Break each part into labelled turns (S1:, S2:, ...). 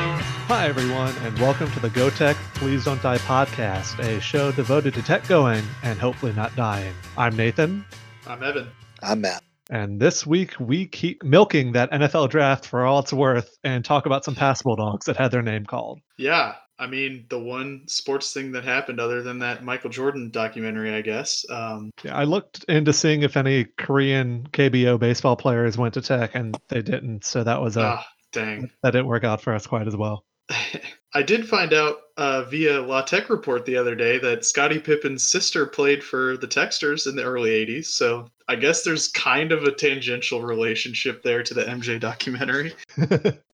S1: Hi, everyone, and welcome to the Go Tech Please Don't Die podcast, a show devoted to tech going and hopefully not dying. I'm Nathan,
S2: I'm Evan.
S3: I'm Matt.
S1: and this week we keep milking that NFL draft for all it's worth and talk about some past Bulldogs that had their name called.
S2: Yeah, I mean the one sports thing that happened other than that Michael Jordan documentary, I guess. Um,
S1: Yeah, I looked into seeing if any Korean KBO baseball players went to tech, and they didn't, so that was a
S2: ah, dang.
S1: that didn't work out for us quite as well.
S2: I did find out uh, via La Tech report the other day that Scottie Pippen's sister played for the Texters in the early '80s, so I guess there's kind of a tangential relationship there to the MJ documentary.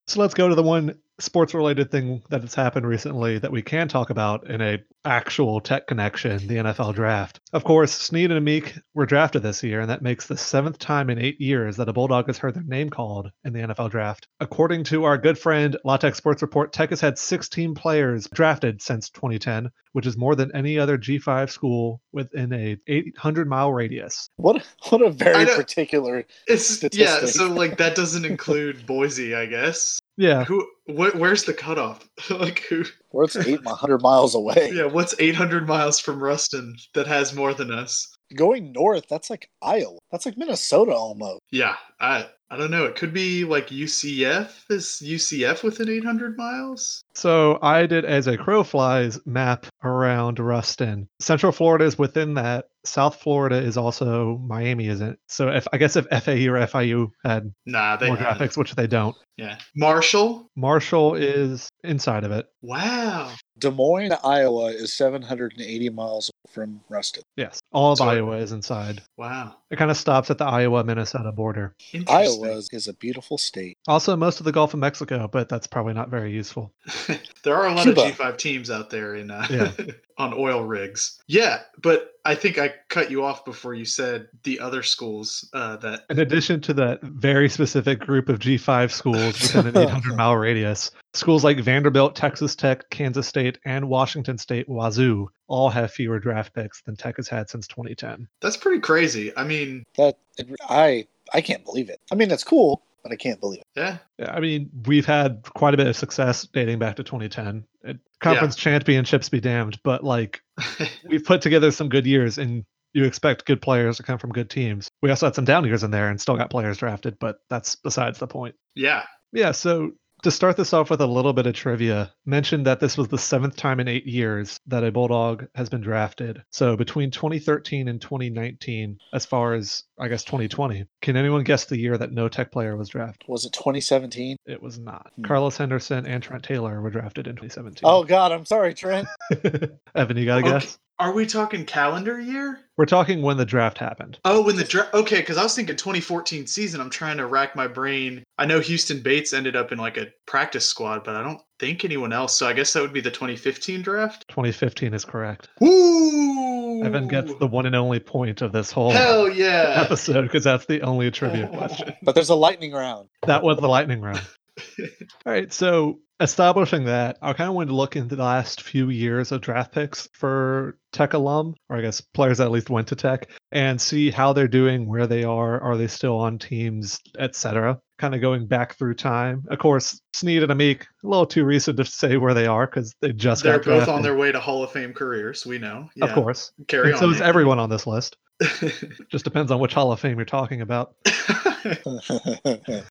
S1: So let's go to the one sports related thing that has happened recently that we can talk about in a actual tech connection, the NFL draft. Of course, Snead and Meek were drafted this year, and that makes the seventh time in eight years that a Bulldog has heard their name called in the NFL draft. According to our good friend LaTeX Sports Report, Tech has had 16 players drafted since 2010, which is more than any other G5 school within a 800 mile radius.
S3: What what a
S2: I
S3: very
S2: don't-
S3: particular.
S2: It's yeah,
S3: Statistic.
S2: so like that doesn't include Boise, I guess.
S1: Yeah,
S2: Who? Wh- where's the cutoff? like who?
S3: Where it's eight hundred miles away.
S2: Yeah, what's 800 miles from Ruston that has more than us?
S3: Going north, that's like Iowa. That's like Minnesota almost.
S2: Yeah, I I don't know. It could be like UCF. Is UCF within 800 miles?
S1: So I did as a crow flies map around Ruston. Central Florida is within that. South Florida is also Miami, isn't? So if I guess if FAU or FIU had
S2: Nah, they
S1: more
S2: haven't.
S1: graphics, which they don't,
S2: Yeah, Marshall.
S1: Marshall is inside of it.
S2: Wow.
S3: Des Moines, Iowa is seven hundred and eighty miles from Ruston.
S1: Yes, all of
S2: So-
S1: Iowa is inside.
S2: Wow.
S1: It kind of stops at the Iowa-Minnesota border.
S2: Interesting.
S3: Iowa is, is a beautiful state.
S1: Also, most of the Gulf of Mexico, but that's probably not very useful.
S2: there are a lot
S3: Cuba.
S2: of G5 teams out there in uh,
S1: Yeah.
S2: on oil rigs. Yeah, but I think I cut you off before you said the other schools uh, that.
S1: In addition to that very specific group of G5 schools within an 800 mile radius, schools like Vanderbilt, Texas Tech, Kansas State, and Washington State Wazoo all have fewer draft picks than Tech has had since 2010.
S2: That's pretty crazy. I mean,
S3: That I I can't believe it. I mean, it's cool, but I can't believe it.
S2: yeah,
S1: Yeah, I mean, we've had quite a bit of success dating back to 2010. Uh, Conference championships be damned, but like we've put together some good years and you expect good players to come from good teams. We also had some down years in there and still got players drafted, but that's besides the point.
S2: yeah.
S1: Yeah, so to start this off with a little bit of trivia, mentioned that this was the seventh time in eight years that a Bulldog has been drafted. So between 2013 and 2019, as far as I guess 2020, can anyone guess the year that no tech player was drafted?
S3: Was it 2017?
S1: It was not.
S3: Hmm.
S1: Carlos Henderson and Trent Taylor were drafted in 2017.
S3: Oh God, I'm sorry, Trent.
S1: Evan, you got a
S2: Okay.
S1: guess?
S2: Are we talking calendar year?
S1: We're talking when the draft happened.
S2: Oh, when the draft. Okay, because I was thinking 2014 season. I'm trying to rack my brain. I know Houston Bates ended up in like a practice squad, but I don't think anyone else. So I guess that would be the 2015 draft.
S1: 2015 is correct.
S2: Woo!
S1: Evan gets the one and only point of this whole
S2: hell yeah. Oh,
S1: episode because that's the only trivia question.
S3: But there's a lightning round.
S1: That was the lightning round. All right, so establishing that, I kind of wanted to look into the last few years of draft picks for Tech alum, or I guess players that at least went to Tech, and see how they're doing, where they are, are they still on teams, etc. Kind of going back through time. Of course, Snead and Amik, a little too recent to say where they are because they just
S2: They're
S1: got
S2: both on
S1: drafted.
S2: their way to Hall of Fame careers. We know. Yeah.
S1: Of course,
S2: Carry
S1: and
S2: on.
S1: so is
S2: Nick.
S1: everyone on this list. Just depends on which Hall of Fame you're talking about.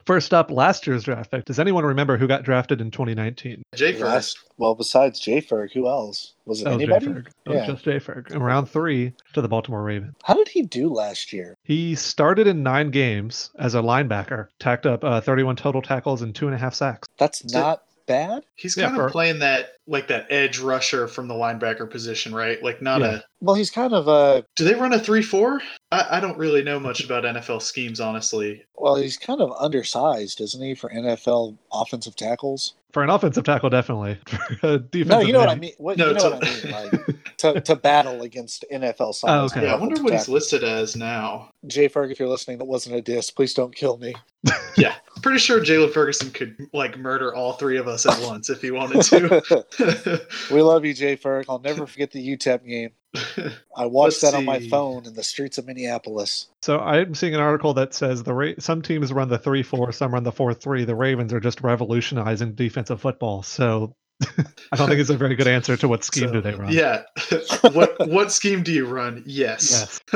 S1: First up, last year's draft pick. Does anyone remember who got drafted in 2019?
S2: Jay first.
S3: Last, well, besides J Ferg, who else was it?
S2: Oh,
S1: That was
S3: anybody?
S1: Jay Ferg. That was
S3: Yeah.
S1: Oh, just E Jay Ferg. In round three to the Baltimore Ravens.
S3: How did he do last year?
S1: He started in nine games as a linebacker, tacked up uh, 31 total tackles and two and a half sacks.
S3: That's
S2: So-
S3: not bad.
S2: He's
S1: Yeah,
S2: kind
S1: for-
S2: of playing that like that edge rusher from the linebacker position, right? Like not
S1: Yeah.
S2: a.
S3: Well, he's kind of a
S2: Do they run a three-four? I, I don't really know much about NFL schemes, honestly.
S3: well, he's kind of undersized, isn't he, for NFL offensive tackles?
S1: For an offensive tackle, definitely. For a defensive
S3: No, you know what I
S1: end,
S3: mean. What,
S2: No,
S3: you know
S2: to-
S3: what I mean. Like to, to battle against NFL size.
S1: Oh, okay.
S2: Yeah, I wonder what he's
S3: listed.
S2: listed as now.
S3: Jay Ferg, if you're listening, that wasn't a diss. Please don't kill me.
S2: Yeah, pretty sure Jalen Ferguson could like murder all three of us at once if he wanted to.
S3: we love you, Jay Ferg. I'll never forget the UTEP game. I watched
S2: Let's
S3: that on my
S2: see.
S3: phone in the streets of Minneapolis.
S1: So I'm seeing an article that says the Ra- some teams run the 3 4, some run the 4 3. The Ravens are just revolutionizing defensive football. So I don't think it's a very good answer to what scheme
S2: So,
S1: do they run.
S2: Yeah. what what scheme do you run? Yes.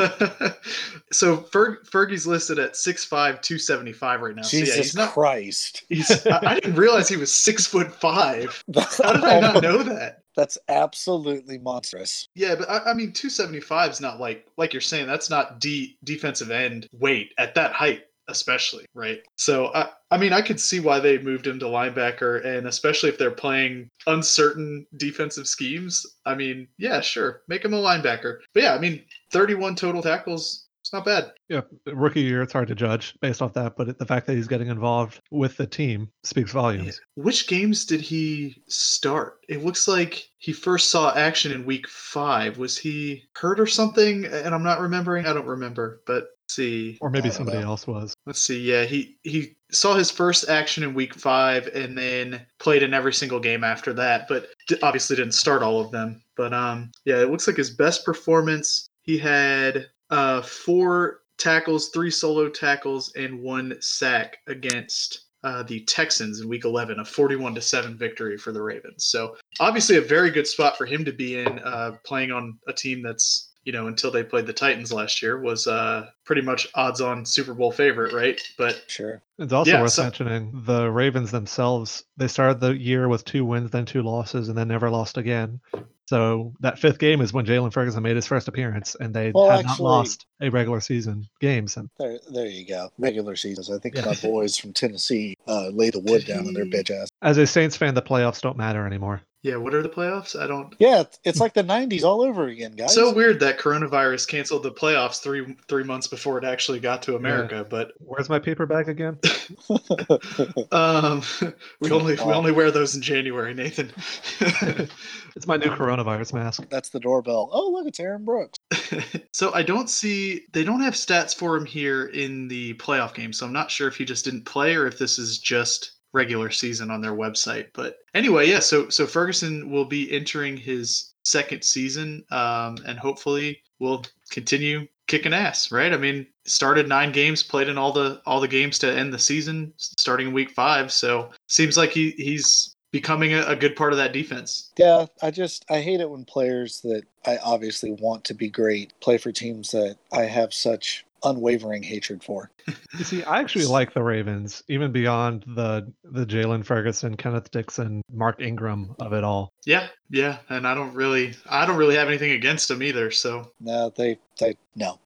S2: so Ferg, Fergie's listed at 6'5", 275 right now. so yeah,
S3: Jesus
S2: he's not.
S3: Christ.
S2: He's, I, I didn't realize he was six foot five. How did I not know that?
S3: That's absolutely monstrous.
S2: Yeah, but I, I mean, 275 is not like like you're saying. That's not de- defensive end weight at that height, especially, right? So I I mean, I could see why they moved him to linebacker, and especially if they're playing uncertain defensive schemes. I mean, yeah, sure, make him a linebacker. But yeah, I mean, 31 total tackles. It's not bad.
S1: yeah, rookie year, it's hard to judge based off that, but the fact that he's getting involved with the team speaks volumes.
S2: Which games did he start? It looks like he first saw action in week five. Was he hurt or something? And I'm not remembering. I don't remember. But let's see,
S1: Or maybe
S3: I don't
S1: somebody
S3: know.
S1: else was.
S2: let's see. Yeah, he he saw his first action in week five, and then played in every single game after that. But d- obviously didn't start all of them. But um, yeah, it looks like his best performance. He had uh four tackles, three solo tackles, and one sack against uh, the Texans in Week 11, a 41 to seven victory for the Ravens. So obviously a very good spot for him to be in, uh, playing on a team that's you know until they played the Titans last year was uh, pretty much odds-on Super Bowl favorite, right? But
S3: Sure.
S1: It's also
S2: Yeah,
S1: worth
S2: so-
S1: mentioning the Ravens themselves. They started the year with two wins, then two losses, and then never lost again. So that fifth game is when Jalen Ferguson made his first appearance, and they
S3: Well,
S1: have not
S3: actually-
S1: lost a regular season game since.
S3: There, there you go. Regular seasons. I think
S1: Yeah.
S3: my boys from Tennessee uh, lay the wood down on their bitch ass.
S1: As a Saints fan, the playoffs don't matter anymore.
S2: yeah, what are the playoffs? I don't.
S3: Yeah, it's- it's like the '90s all over again, guys.
S2: So weird that coronavirus canceled the playoffs three three months before it actually got to America, but
S1: Where's my paper bag again?
S2: Um, we
S3: Good
S2: only we
S3: call.
S2: only wear those in January, Nathan.
S1: It's my new coronavirus mask.
S3: That's the doorbell. Oh, look, it's Aaron Brooks.
S2: so I don't see they don't have stats for him here in the playoff game, so I'm not sure if he just didn't play or if this is just regular season on their website. But anyway, yeah. So so Ferguson will be entering his second season, um, and hopefully will continue kicking ass. Right? I mean, started nine games, played in all the all the games to end the season, starting in week five. So seems like he he's becoming a, a good part of that defense.
S3: Yeah, I just I hate it when players that I obviously want to be great play for teams that I have such unwavering hatred for.
S1: You see, I actually like the Ravens, even beyond the the Jalen Ferguson, Kenneth Dixon, Mark Ingram of it all.
S2: Yeah, yeah, and I don't really, I don't really have anything against him either. So,
S3: No, they they no.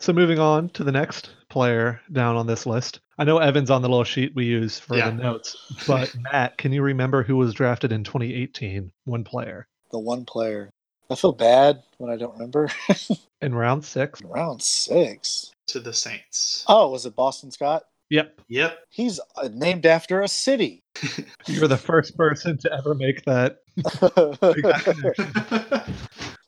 S1: So moving on to the next player down on this list. I know Evan's on the little sheet we use for
S2: Yeah.
S1: the notes, but Matt, can you remember who was drafted in 2018? One player
S3: The one player. I feel bad when I don't remember.
S1: in round six.
S3: Round six.
S2: to the Saints.
S3: Oh, was it Boston Scott?
S1: Yep,
S2: Yep.
S3: He's uh, named after a city.
S1: you're the first person to ever make that. exact connection.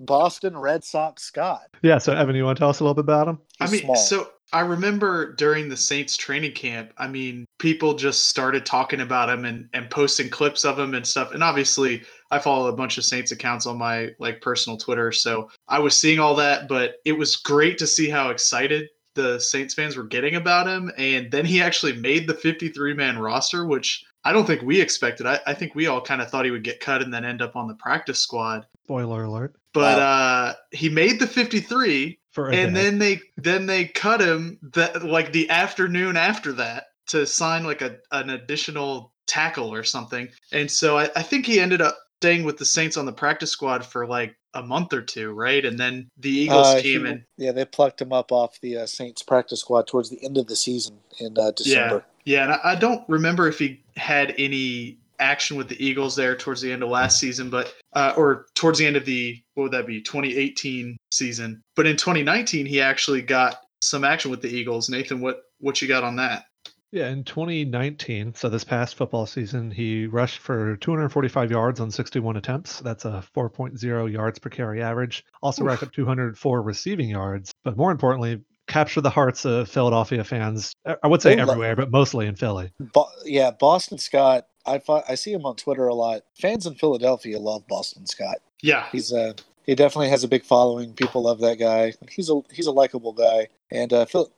S3: Boston Red Sox Scott.
S1: yeah. So Evan, you want to tell us a little bit about him?
S2: I
S3: He's
S2: mean,
S3: small.
S2: so I remember during the Saints training camp, I mean, people just started talking about him and, and posting clips of him and stuff. And obviously, I follow a bunch of Saints accounts on my like personal Twitter, so I was seeing all that, but it was great to see how excited the Saints fans were getting about him. And then he actually made the 53 man roster, which I don't think we expected. I, I think we all kind of thought he would get cut and then end up on the practice squad.
S1: Spoiler alert.
S2: But uh, he made the 53,
S1: For a
S2: and
S1: day.
S2: then they then they cut him that like the afternoon after that to sign like a an additional tackle or something and so I, I think he ended up staying with the saints on the practice squad for like a month or two right and then the eagles
S3: Uh,
S2: came
S3: he-
S2: in
S3: Yeah, they plucked him up off the uh, Saints practice squad towards the end of the season in uh, December.
S2: yeah and I, I don't remember if he had any action with the eagles there towards the end of last season but uh, or towards the end of the what would that be 2018 season but in 2019 he actually got some action with the eagles nathan what what you got on that
S1: Yeah, in 2019, so this past football season, he rushed for 245 yards on 61 attempts. That's a 4.0 yards per carry average. Also
S2: Oof.
S1: racked up 204 receiving yards, but more importantly, captured the hearts of Philadelphia fans. uh, I- I would say
S3: They love-
S1: everywhere, but mostly in Philly.
S3: Bo- yeah, Boston Scott. I fi- I see him on Twitter a lot. Fans in Philadelphia love Boston Scott.
S2: Yeah,
S3: He's uh, he definitely has a big following. People love that guy. He's a he's a likable guy. And uh, Phil-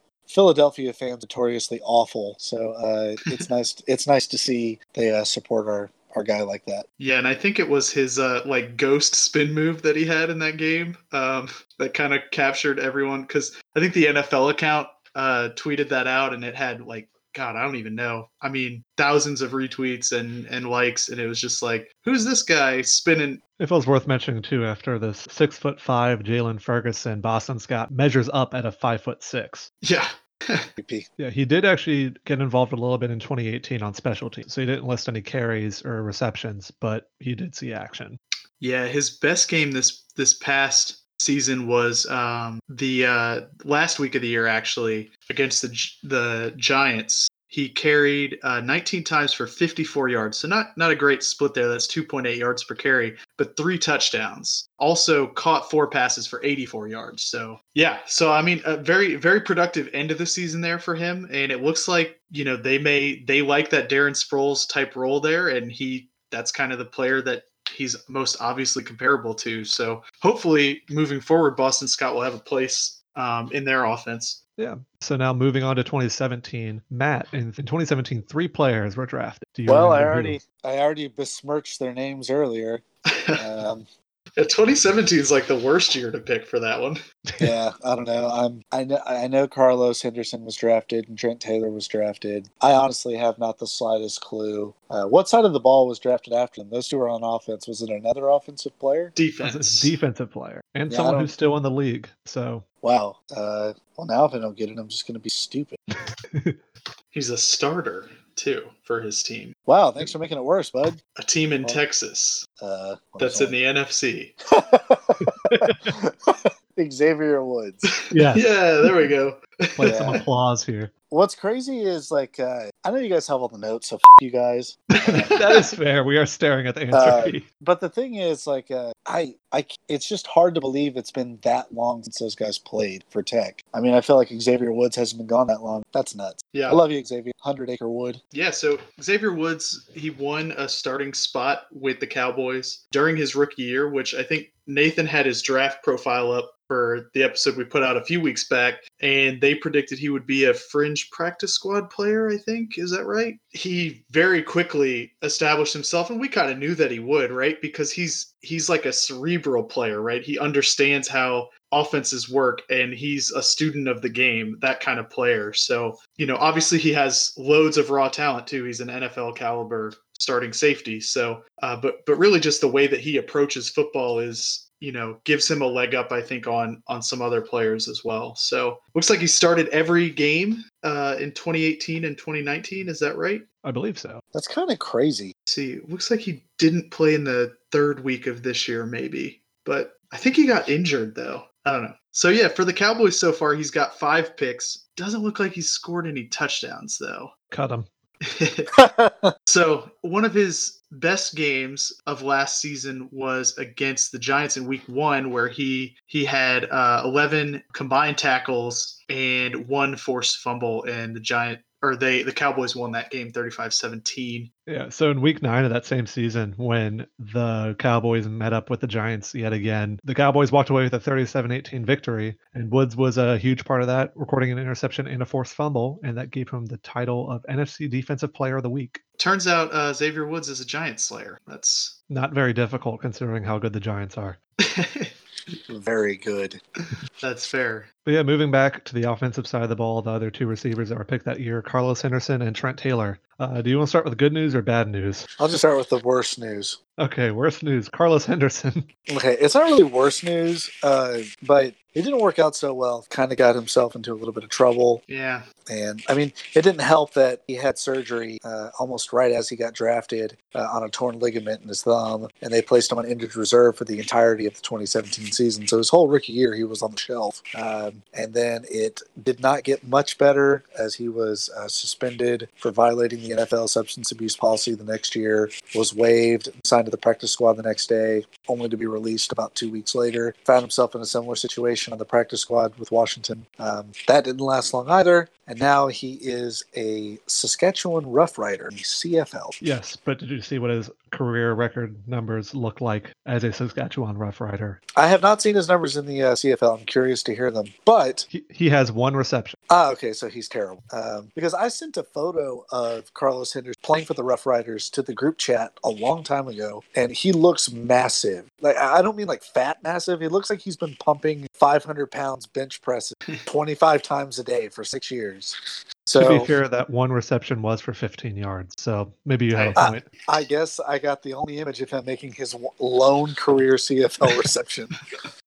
S3: Philadelphia fans notoriously awful. So uh, it's nice it's nice to see they uh, support our our guy like that.
S2: Yeah, and I think it was his uh, like ghost spin move that he had in that game um, that kind of captured everyone because I think the NFL account uh, tweeted that out and it had like God, I don't even know. I mean, thousands of retweets and and likes, and it was just like, who's this guy spinning?
S1: It feels worth mentioning too. After this six foot five Jalen Ferguson, Boston Scott measures up at a five foot six.
S2: Yeah,
S3: MVP.
S1: Yeah, he did actually get involved a little bit in 2018 on special teams. So he didn't list any carries or receptions, but he did see action.
S2: yeah. His best game this this past season was um, the uh, last week of the year actually against the Gi- the Giants. He carried uh, 19 times for 54 yards, so not not a great split there. That's 2.8 yards per carry, but three touchdowns. Also caught four passes for 84 yards. So yeah, so I mean, a very very productive end of the season there for him, and it looks like you know they may they like that Darren Sproles type role there, and he that's kind of the player that he's most obviously comparable to. So hopefully, moving forward, Boston Scott will have a place um, in their offense.
S1: Yeah. So now moving on to 2017, Matt, in, in 2017, three players were drafted. Do you
S3: Well, I
S1: remember who?
S3: already I already besmirched their names earlier. Um,
S2: Yeah, 2017 is like the worst year to pick for that one.
S3: yeah, I don't know. I'm I know I know Carlos Henderson was drafted and Trent Taylor was drafted. I honestly have not the slightest clue uh, what side of the ball was drafted after them. Those two were on offense. Was it another offensive player?
S1: As
S2: Defense.
S1: a defensive player and
S3: Yeah, I
S1: someone
S3: don't-
S1: who's still in the league. So
S3: Wow. Uh, well, now if I don't get it, I'm just going to be stupid.
S2: He's a starter too for his team,
S3: Wow. Thanks for making it worse, bud.
S2: a team in
S3: Well,
S2: Texas
S3: Uh, what
S2: that's
S3: was
S2: in the NFC.
S3: I- Xavier Woods.
S1: yeah,
S2: Yeah, there we go.
S1: like some
S3: Yeah.
S1: applause here.
S3: What's crazy is like uh, I know you guys have all the notes, so f- you guys.
S1: That is fair. We are staring at the answer
S3: Uh,
S1: key.
S3: But the thing is, like uh, I, I, c- it's just hard to believe it's been that long since those guys played for Tech. I mean, I feel like Xavier Woods hasn't been gone that long. That's nuts. I
S2: Yeah,
S3: love you, Xavier. Hundred Acre Wood.
S2: yeah. So Xavier Woods, he won a starting spot with the Cowboys during his rookie year, which I think Nathan had his draft profile up for the episode we put out a few weeks back, and they predicted he would be a fringe practice squad player, I think. Is that right? He very quickly established himself and we kind of knew that he would, right? Because he's he's like a cerebral player, right? He understands how offenses work and he's a student of the game, that kind of player. So, you know, obviously he has loads of raw talent too. He's an NFL caliber starting safety. So, uh, but but really just the way that he approaches football is, you know, gives him a leg up. I think on on some other players as well. So looks like he started every game uh, in 2018 and 2019. Is that right?
S1: I believe so.
S3: That's kind of crazy.
S2: see, looks like he didn't play in the third week of this year, maybe. But I think he got injured though. I don't know. So yeah, for the Cowboys so far, he's got five picks. Doesn't look like he's scored any touchdowns though.
S1: Cut him.
S2: so one of his best games of last season was against the Giants in Week One, where he he had uh, 11 combined tackles and one forced fumble, and the Giant or they the Cowboys won that game 35-17.
S1: Yeah. So in week nine of that same season, when the Cowboys met up with the Giants yet again, the Cowboys walked away with a 37 18 victory. And Woods was a huge part of that, recording an interception and a forced fumble. And that gave him the title of NFC Defensive Player of the Week.
S2: Turns out uh, Xavier Woods is a Giant Slayer. That's
S1: Not very difficult considering how good the Giants are.
S3: Very good.
S2: that's fair.
S1: But yeah, moving back to the offensive side of the ball, the other two receivers that were picked that year, Carlos Henderson and Trent Taylor. Uh, do you want to start with good news or bad news?
S3: I'll just start with the worst news.
S1: Okay, worst news Carlos Henderson.
S3: Okay, it's not really worse news, uh, but it didn't work out so well. Kind of got himself into a little bit of trouble.
S2: Yeah,
S3: And I mean, it didn't help that he had surgery uh, almost right as he got drafted uh, on a torn ligament in his thumb, and they placed him on injured reserve for the entirety of the 2017 season. So his whole rookie year, he was on the shelf. Um, and then it did not get much better as he was uh, suspended for violating the NFL substance abuse policy the next year, was waived, signed to the practice squad the next day, only to be released about two weeks later. Found himself in a similar situation on the practice squad with Washington. Um, that didn't last long either, and now he is a Saskatchewan Rough Rider, in the CFL.
S1: Yes, but did you see what his career record numbers look like as a Saskatchewan Rough Rider?
S3: I have not seen his numbers in the uh, CFL. I'm curious to hear them, but
S1: He, he has one reception.
S3: Ah, okay, so he's terrible. Um, because I sent a photo of Carlos Henders playing for the Rough Riders to the group chat a long time ago, and he looks massive. Like I I don't mean like fat massive. He looks like he's been pumping 500 pounds bench presses 25 times a day for six years.
S1: to
S3: So
S1: be fair, that one reception was for 15 yards, so maybe you have a
S3: Ah.
S1: point.
S3: I guess I got the only image of him making his w- lone career CFL reception.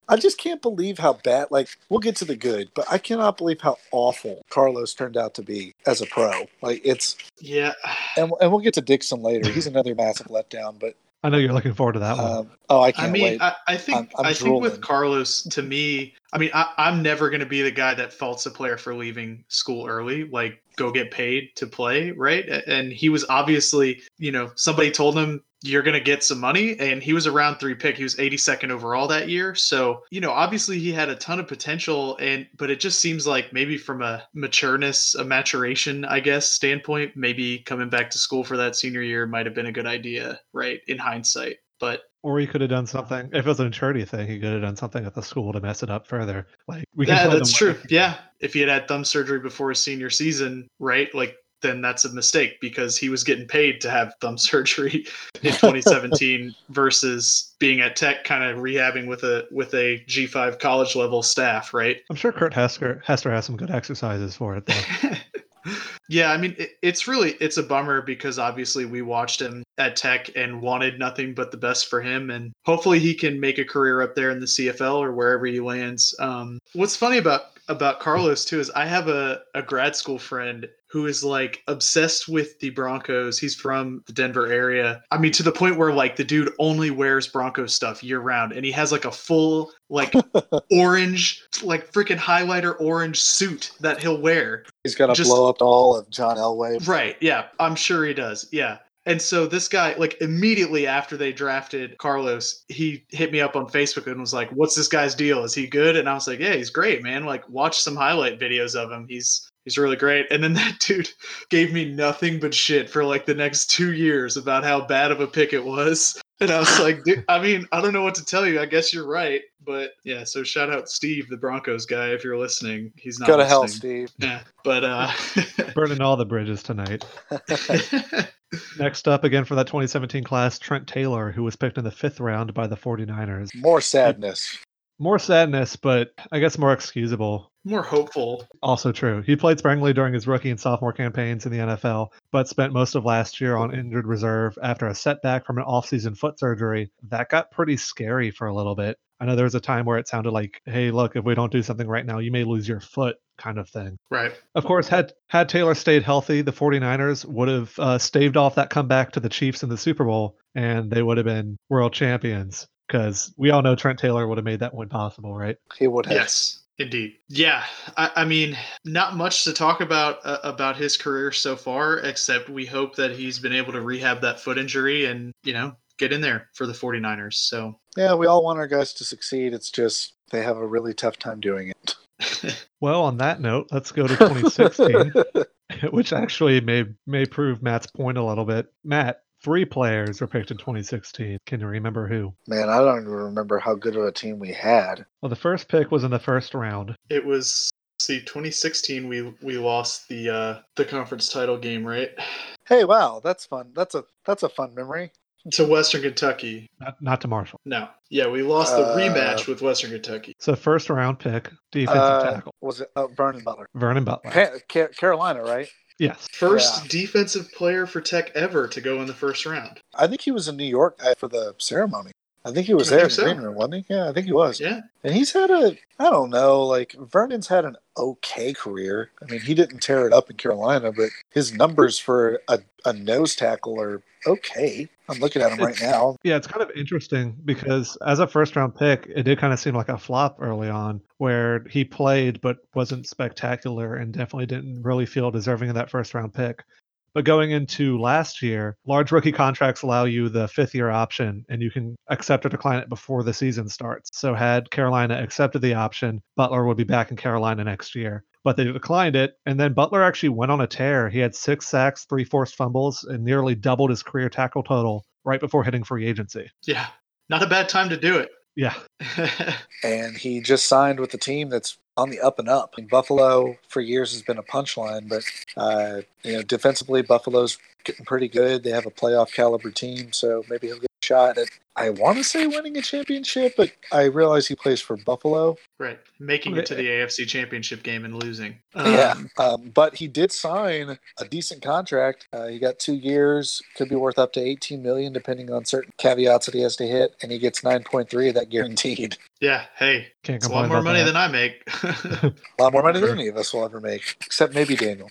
S3: I just can't believe how bad, like, we'll get to the good, but I cannot believe how awful Carlos turned out to be as a pro. Like, it's,
S2: Yeah.
S3: and, and we'll get to Dixon later. He's another massive letdown, but,
S1: I know you're looking forward to that one.
S3: um, oh, I can't
S2: I mean,
S3: wait.
S2: I, I think
S3: I'm- I'm
S2: I think with
S3: drooling.
S2: Carlos, to me, I mean, I, I'm never going to be the guy that faults a player for leaving school early. Like, go get paid to play, right? A- And he was obviously, you know, somebody told him you're going to get some money, and he was a round three pick. He was 82nd overall that year, so you know, obviously he had a ton of potential. And but it just seems like maybe from a matureness, a maturation, I guess, standpoint, maybe coming back to school for that senior year might have been a good idea, right? In hindsight, but.
S1: Or he could have done something. If it was an maturity thing, he could have done something at the school to mess it up further. Like we can
S2: yeah,
S1: tell them
S2: that's
S1: what-
S2: true. Yeah, if he had had thumb surgery before his senior season, right? Like then that's a mistake because he was getting paid to have thumb surgery in 2017 versus being at Tech, kind of rehabbing with a with a G5 college level staff, right?
S1: I'm sure Kurt Hester Hester has some good exercises for it. Though.
S2: yeah, I mean it, it's really it's a bummer because obviously we watched him at Tech and wanted nothing but the best for him, and hopefully he can make a career up there in the CFL or wherever he lands. Um, what's funny about about Carlos too is I have a a grad school friend who is like obsessed with the Broncos. He's from the Denver area. I mean to the point where like the dude only wears Broncos stuff year round and he has like a full like orange like freaking highlighter orange suit that he'll wear.
S3: He's going to
S2: just-
S3: blow up all of John Elway.
S2: Right. Yeah. I'm sure he does. Yeah. And so this guy, like immediately after they drafted Carlos, he hit me up on Facebook and was like, "What's this guy's deal? Is he good?" And I was like, "Yeah, he's great, man. Like, watch some highlight videos of him. He's he's really great." And then that dude gave me nothing but shit for like the next two years about how bad of a pick it was. And I was like, Dude, "I mean, I don't know what to tell you. I guess you're right." But yeah, so shout out Steve, the Broncos guy, if you're listening. He's not
S3: Go to hell,
S2: listening.
S3: Steve.
S2: Yeah, but uh.
S1: Burning all the bridges tonight. Next up, again for that 2017 class, Trent Taylor, who was picked in the fifth round by the 49ers.
S3: More sadness.
S1: More sadness, but I guess more excusable.
S2: More hopeful.
S1: Also true. He played sparingly during his rookie and sophomore campaigns in the NFL, but spent most of last year on injured reserve after a setback from an offseason foot surgery. That got pretty scary for a little bit. I know there was a time where it sounded like, hey, look, if we don't do something right now, you may lose your foot kind of thing.
S2: Right.
S1: Of course, had had Taylor stayed healthy, the 49ers would have uh, staved off that comeback to the Chiefs in the Super Bowl, and they would have been world champions because we all know Trent Taylor would have made that win possible, right?
S3: He would have.
S2: Yes. Indeed. Yeah. I, I mean, not much to talk about uh, about his career so far, except we hope that he's been able to rehab that foot injury and, you know, get in there for the 49ers. So,
S3: Yeah, we all want our guys to succeed. It's just they have a really tough time doing it.
S1: Well, on that note, let's go to 2016, which actually may may prove Matt's point a little bit. Matt, three players were picked in 2016. Can you remember who?
S3: Man, I don't even remember how good of a team we had.
S1: Well, the first pick was in the first round.
S2: it was see 2016 we we lost the uh the conference title game, right?
S3: Hey, wow, that's fun. That's a that's a fun memory.
S2: To Western Kentucky.
S1: Not, not to Marshall.
S2: No. Yeah, we lost the
S3: Uh,
S2: rematch with Western Kentucky.
S1: So first round pick, defensive
S3: Uh,
S1: tackle,
S3: was it oh, Vernon Butler?
S1: Vernon Butler.
S3: Pa- Ca- Carolina, right?
S1: yes.
S2: First defensive player for Tech ever to go in the first round.
S3: I think he was in New York uh, for the ceremony. I think he was
S2: I
S3: there in
S2: think
S3: the
S2: so.
S3: green room, wasn't he? Yeah, I think he was.
S2: Yeah.
S3: And he's had a I don't know, like Vernon's had an okay career. I mean, he didn't tear it up in Carolina, but his numbers for a, a nose tackle are okay. I'm looking at him right now.
S1: Yeah, it's kind of interesting because as a first round pick, it did kind of seem like a flop early on where he played but wasn't spectacular and definitely didn't really feel deserving of that first round pick. But going into last year, large rookie contracts allow you the fifth year option and you can accept or decline it before the season starts. So, had Carolina accepted the option, Butler would be back in Carolina next year. But they declined it. And then Butler actually went on a tear. He had six sacks, three forced fumbles, and nearly doubled his career tackle total right before hitting free agency.
S2: Yeah. Not a bad time to do it.
S1: Yeah.
S3: And he just signed with the team that's on the up and up. And Buffalo for years has been a punchline, but uh, you know defensively Buffalo's getting pretty good. They have a playoff caliber team, so maybe he'll get a shot at. I want to say winning a championship, but I realize he plays for Buffalo.
S2: Right. Making it to the AFC Championship game and losing.
S3: Yeah,
S2: Um,
S3: um, but he did sign a decent contract. Uh, he got two years, could be worth up to 18 million, depending on certain caveats that he has to hit, and he gets 9.3 of that guaranteed.
S2: Yeah. Hey,
S1: Can't
S2: it's a
S1: complain
S2: lot more
S1: about
S2: money
S1: that.
S2: than I make.
S3: A lot more money than any of us will ever make, except maybe Daniel.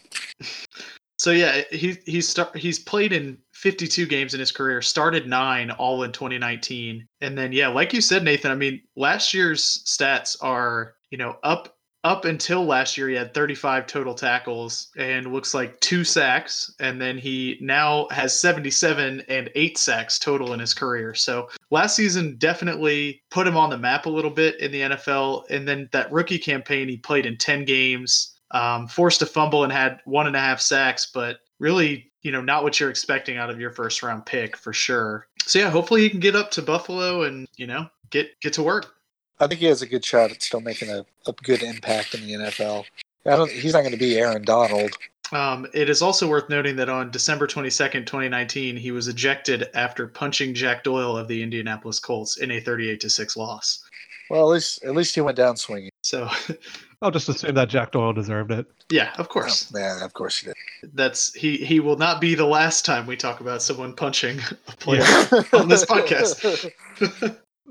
S2: so yeah, he he's start, he's played in 52 games in his career, started nine all in 2019, and then yeah, like you said, Nathan. I mean, last year's stats are you know up up until last year he had 35 total tackles and looks like two sacks and then he now has 77 and eight sacks total in his career so last season definitely put him on the map a little bit in the nfl and then that rookie campaign he played in 10 games um, forced a fumble and had one and a half sacks but really you know not what you're expecting out of your first round pick for sure so yeah hopefully he can get up to buffalo and you know get get to work
S3: I think he has a good shot at still making a, a good impact in the NFL. I don't. He's not going to be Aaron Donald.
S2: Um, it is also worth noting that on December 22nd, 2019, he was ejected after punching Jack Doyle of the Indianapolis Colts in a 38 to 6 loss.
S3: Well, at least at least he went down swinging.
S2: So,
S1: I'll just assume that Jack Doyle deserved it.
S2: yeah, of course.
S3: Oh, yeah, of course he did.
S2: That's he he will not be the last time we talk about someone punching a player. On this podcast.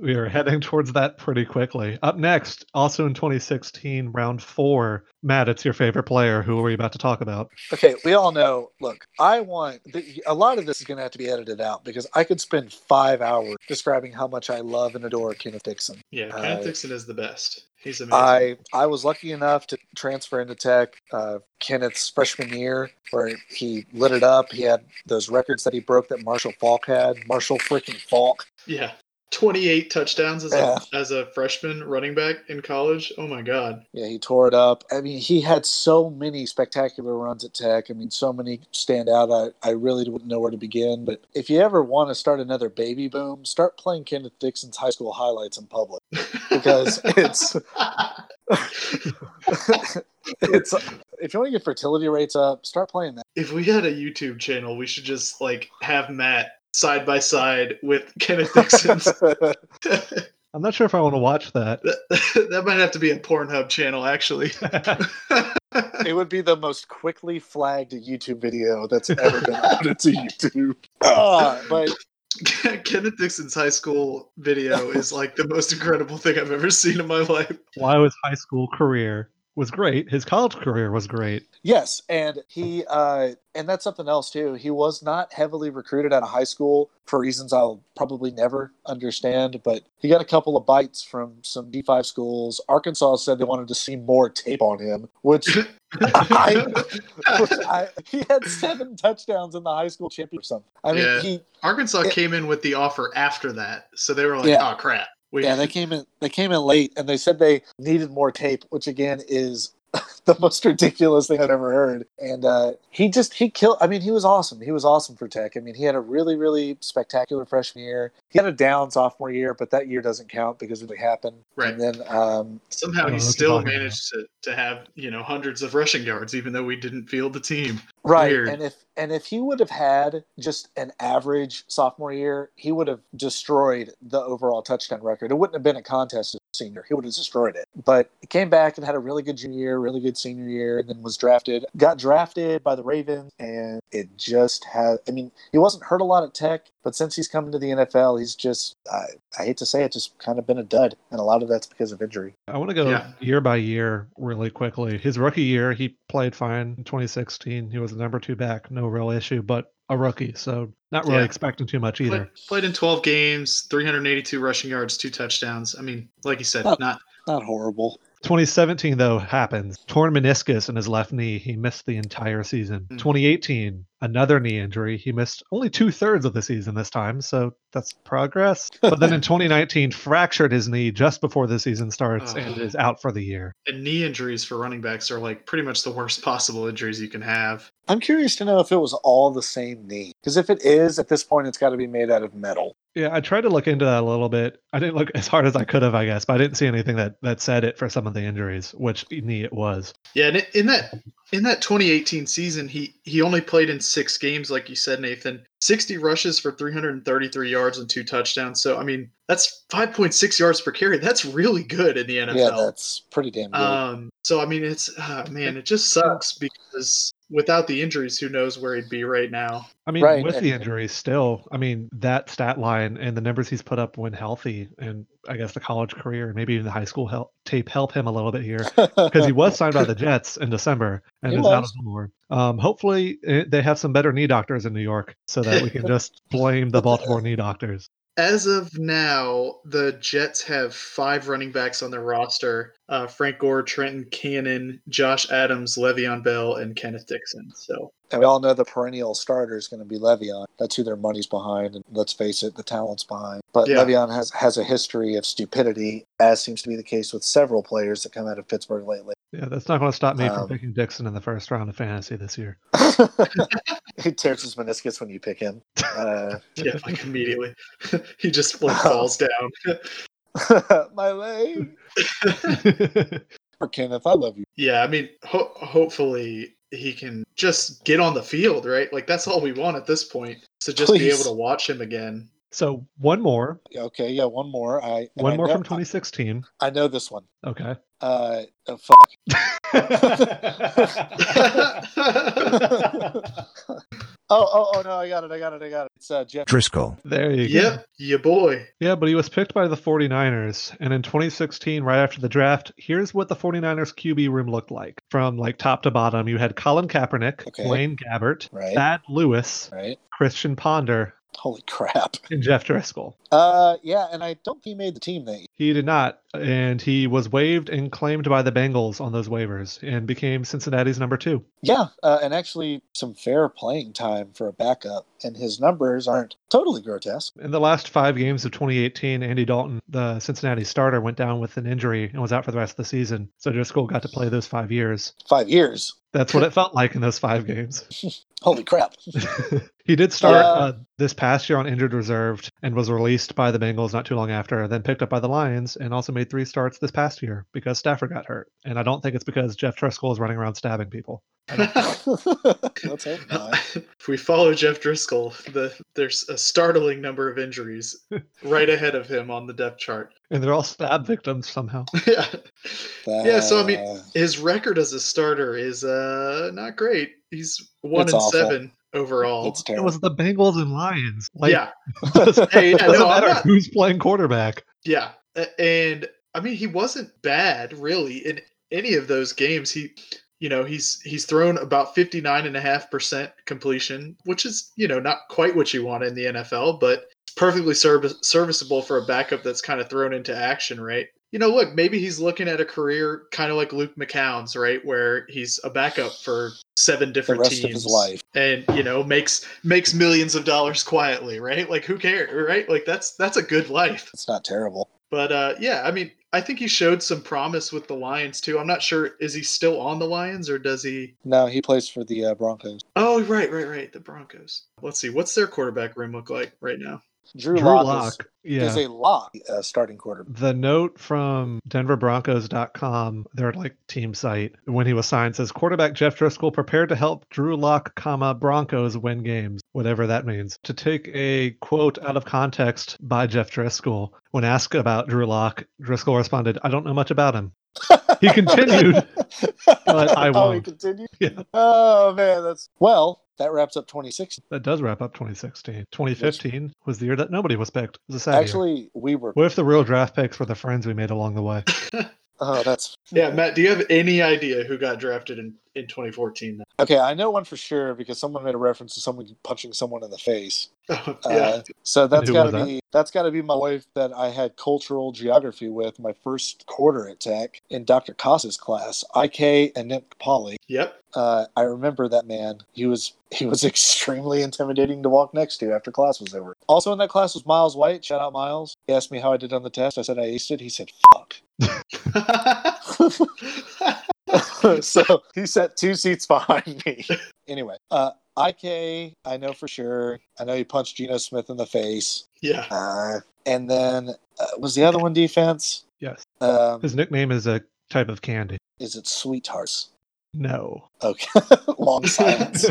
S1: We are heading towards that pretty quickly. Up next, also in 2016, round four. Matt, it's your favorite player. Who are we about to talk about?
S3: Okay, we all know. Look, I want a lot of this is going to have to be edited out because I could spend five hours describing how much I love and adore Kenneth Dixon.
S2: Yeah,
S3: Uh,
S2: Kenneth Dixon is the best. He's amazing.
S3: I I was lucky enough to transfer into Tech uh, Kenneth's freshman year, where he lit it up. He had those records that he broke that Marshall Falk had. Marshall freaking Falk.
S2: yeah. 28 touchdowns as,
S3: Yeah.
S2: a, as a freshman running back in college. Oh my god.
S3: Yeah, he tore it up. I mean, he had so many spectacular runs at Tech. I mean, so many stand out. I, I really wouldn't know where to begin. But if you ever want to start another baby boom, start playing Kenneth Dixon's high school highlights in public because it's it's if you want to get fertility rates up, start playing that.
S2: If we had a YouTube channel, we should just like have Matt side by side with Kenneth Dixon's. that,
S1: I'm not sure if I want to watch that.
S2: that might have to be a Pornhub channel, actually.
S3: it would be the most quickly flagged YouTube video that's ever been uploaded to YouTube. Ah, but
S2: Kenneth Dixon's high school video is like the most incredible thing I've ever seen in my life.
S1: While his high school career was great, his college career was great.
S3: Yes, and he uh, and that's something else too. He was not heavily recruited out of high school for reasons I'll probably never understand. But he got a couple of bites from some D five schools. Arkansas said they wanted to see more tape on him, which I, which I he had seven touchdowns in the high school championship. Or something. I mean,
S2: Yeah.
S3: he
S2: Arkansas came in with the offer after that, so they were like,
S3: Yeah.
S2: "Oh crap, we
S3: yeah they came in they came in late and they said they needed more tape, which again is. The most ridiculous thing I've ever heard, and uh, he just he killed. I mean, he was awesome. He was awesome for Tech. I mean, he had a really really spectacular freshman year. He had a down sophomore year, but that year doesn't count because it happened.
S2: Right.
S3: And then um,
S1: I don't know
S2: somehow he
S1: what you're
S2: still
S1: talking about.
S2: managed to, to have you know hundreds of rushing yards, even though we didn't field the team."
S3: Right.
S2: Weird.
S3: And if and if he would have had just an average sophomore year, he would have destroyed the overall touchdown record. It wouldn't have been a contest as a senior. He would have destroyed it. But he came back and had a really good junior year, really good senior year, and then was drafted. Got drafted by the Ravens and it just had I mean, he wasn't hurt a lot at Tech, but since he's come to the NFL, he's just I, I hate to say it, just kind of been a dud. And a lot of that's because of injury.
S1: I want to go
S2: Yeah.
S1: year by year really quickly. His rookie year, he played fine in 2016. He was the number two back, no real issue, but a rookie, so not really
S2: Yeah.
S1: expecting too much
S2: Played-
S1: either.
S2: Played in 12 games, 382 rushing yards, two touchdowns. I mean, like you said,
S3: Oh.
S2: not
S3: Not horrible.
S1: 2017 though happens. Torn meniscus in his left knee, he missed the entire season.
S2: Hmm.
S1: 2018, another knee injury, he missed only two thirds of the season this time, so that's progress. But then in 2019, fractured his knee just before the season starts
S2: Oh.
S1: and is out for the year.
S2: and knee injuries for running backs are like pretty much the worst possible injuries you can have.
S3: I'm curious to know if it was all the same knee. Because if it is, at this point, it's got to be made out of metal.
S1: Yeah, I tried to look into that a little bit. I didn't look as hard as I could have, I guess, but I didn't see anything that that said it for some of the injuries, which knee it was.
S2: Yeah, and in that in that 2018 season, he he only played in six games, like you said, Nathan. 60 rushes for 333 yards and two touchdowns. So I mean, that's 5.6 yards per carry. That's really good in the NFL.
S3: Yeah, that's pretty damn good.
S2: Um, so I mean, it's uh, man, it just sucks because without the injuries, who knows where he'd be right now?
S1: I mean,
S3: Right,
S1: with
S3: and-
S1: the injuries still, I mean, that stat line and the numbers he's put up when healthy, and I guess the college career and maybe even the high school help, tape help him a little bit here because he was signed by the Jets in December and
S3: He
S1: is out of
S3: was.
S1: Baltimore. Um, hopefully, eh, they have some better knee doctors in New York so that we can just blame the Baltimore knee doctors.
S2: As of now, the Jets have five running backs on their roster: uh, Frank Gore, Trenton Cannon, Josh Adams, Le'Veon Bell, and Kenneth Dixon. So
S3: And we all know the perennial starter is going to be Le'Veon. That's who their money's behind, and let's face it, the talent's behind. But
S2: Yeah.
S3: Le'Veon has, has a history of stupidity, as seems to be the case with several players that come out of Pittsburgh lately.
S1: Yeah, that's not going to stop me
S3: Um,
S1: from picking Dixon in the first round of fantasy this year.
S3: he tears his meniscus when you pick him. Uh,
S2: yeah, like immediately he just like falls down.
S3: my leg. Poor Kenneth, I love you.
S2: Yeah, I mean, ho- hopefully he can just get on the field, right? Like that's all we want at this point. So just be able
S3: Please.
S2: to watch him again.
S1: so one more,
S3: Okay, yeah, one more. I and
S1: one
S3: I
S1: more
S3: know,
S1: from 2016.
S3: I, I know this one.
S1: Okay.
S3: Uh, oh, fuck. Oh, oh, oh no, I got it, I got it, I got it. It's uh, Jeff.
S4: Driscoll,
S1: there you go.
S2: yep, your boy.
S1: Yeah, but he was picked by the 49ers. And in 2016, right after the draft, here's what the 49ers QB room looked like. From like top to bottom, you had Colin Kaepernick,
S3: Okay.
S1: Wayne Gabbert,
S3: Right,
S1: Thad Lewis,
S3: right.
S1: Christian Ponder,
S3: Holy crap.
S1: and Jeff Driscoll.
S3: Uh, yeah, and I don't think he made the team that year.
S1: He did not, and he was waived and claimed by the Bengals on those waivers and became Cincinnati's number two.
S3: Yeah, uh, and actually some fair playing time for a backup, and his numbers aren't totally grotesque.
S1: In the last five games of 2018, Andy Dalton, the Cincinnati starter, went down with an injury and was out for the rest of the season. So Driscoll got to play those five years.
S3: Five years.
S1: That's what it felt like in those five games.
S3: Holy crap.
S1: He did start
S3: Uh,
S1: uh, this past year on injured reserved and was released by the Bengals not too long after, then picked up by the Lions and also made three starts this past year because Stafford got hurt. And I don't think it's because Jeff Driscoll is running around stabbing people.
S3: Let's hope not.
S2: if we follow Jeff Driscoll, the there's a startling number of injuries right ahead of him on the depth chart.
S1: And they're all stab victims somehow.
S2: yeah. Yeah, so I mean,
S3: Uh,
S2: his record as a starter is uh not great. He's one
S3: It's
S2: and
S3: awful.
S2: seven overall.
S3: it's
S1: It
S3: terrible.
S1: was the Bengals and Lions. Like,
S2: yeah,
S1: doesn't,
S2: Hey, yeah,
S1: doesn't
S2: no, I'm
S1: matter
S2: not-
S1: who's playing quarterback.
S2: Yeah, a- and I mean he wasn't bad really in any of those games. He you know, he's he's thrown about 59.5% completion, which is, you know, not quite what you want in the NFL, but perfectly service, serviceable for a backup that's kind of thrown into action, right? You know, look, maybe he's looking at a career kind of like Luke McCown's, right, where he's a backup for seven different
S3: rest
S2: teams
S3: of his life.
S2: and you know makes makes millions of dollars quietly, right? Like who cares, right? Like that's that's a good life.
S3: it's not terrible.
S2: But uh, yeah, I mean, I think he showed some promise with the Lions too. I'm not sure is he still on the Lions or does he?
S3: No, he plays for the uh, Broncos.
S2: Oh, right, right, right. The Broncos. Let's see. What's their quarterback room look like right now?
S3: Drew,
S1: Drew
S3: Lock,
S1: Lock.
S3: is,
S1: Yeah.
S3: is a lock uh, starting quarterback.
S1: the note from denverbroncos.com their like team site when he was signed says quarterback jeff driscoll prepared to help drew lock comma broncos win games whatever that means to take a quote out of context by jeff driscoll when asked about drew lock driscoll responded i don't know much about him He continued, but I
S3: Oh, he
S1: won't.
S3: continued?
S1: Yeah.
S3: Oh, man. that's Well, that wraps up 2016.
S1: that does wrap up 2016 2015 was the year that nobody was picked it was a sad year.
S3: Actually, we were.
S1: what if the real draft picks were the friends we made along the way
S3: Oh, that's
S2: Yeah, Matt, do you have any idea who got drafted in, in 2014?
S3: Okay, I know one for sure because someone made a reference to someone punching someone in the face.
S2: Oh,
S3: Uh,
S2: yeah.
S3: So that's
S1: Who
S3: got to
S1: was
S3: be that's got to be my wife that I had cultural geography with my first quarter at Tech in Dr. Koss's class, IK and Nip Kapali.
S2: Yep.
S3: Uh, I remember that man. He was he was extremely intimidating to walk next to after class was over. Also in that class was Miles White. Shout out Miles. He asked me how I did on the test. I said I aced it. He said, "Fuck." so he sat two seats behind me. Anyway, uh, IK, I know for sure. I know he punched Geno Smith in the face.
S2: Yeah.
S3: Uh, and then uh, was the other one defense?
S1: Yes.
S3: Um,
S1: His nickname is a type of candy.
S3: is it Sweethearts?
S1: No.
S3: Okay. Long silence.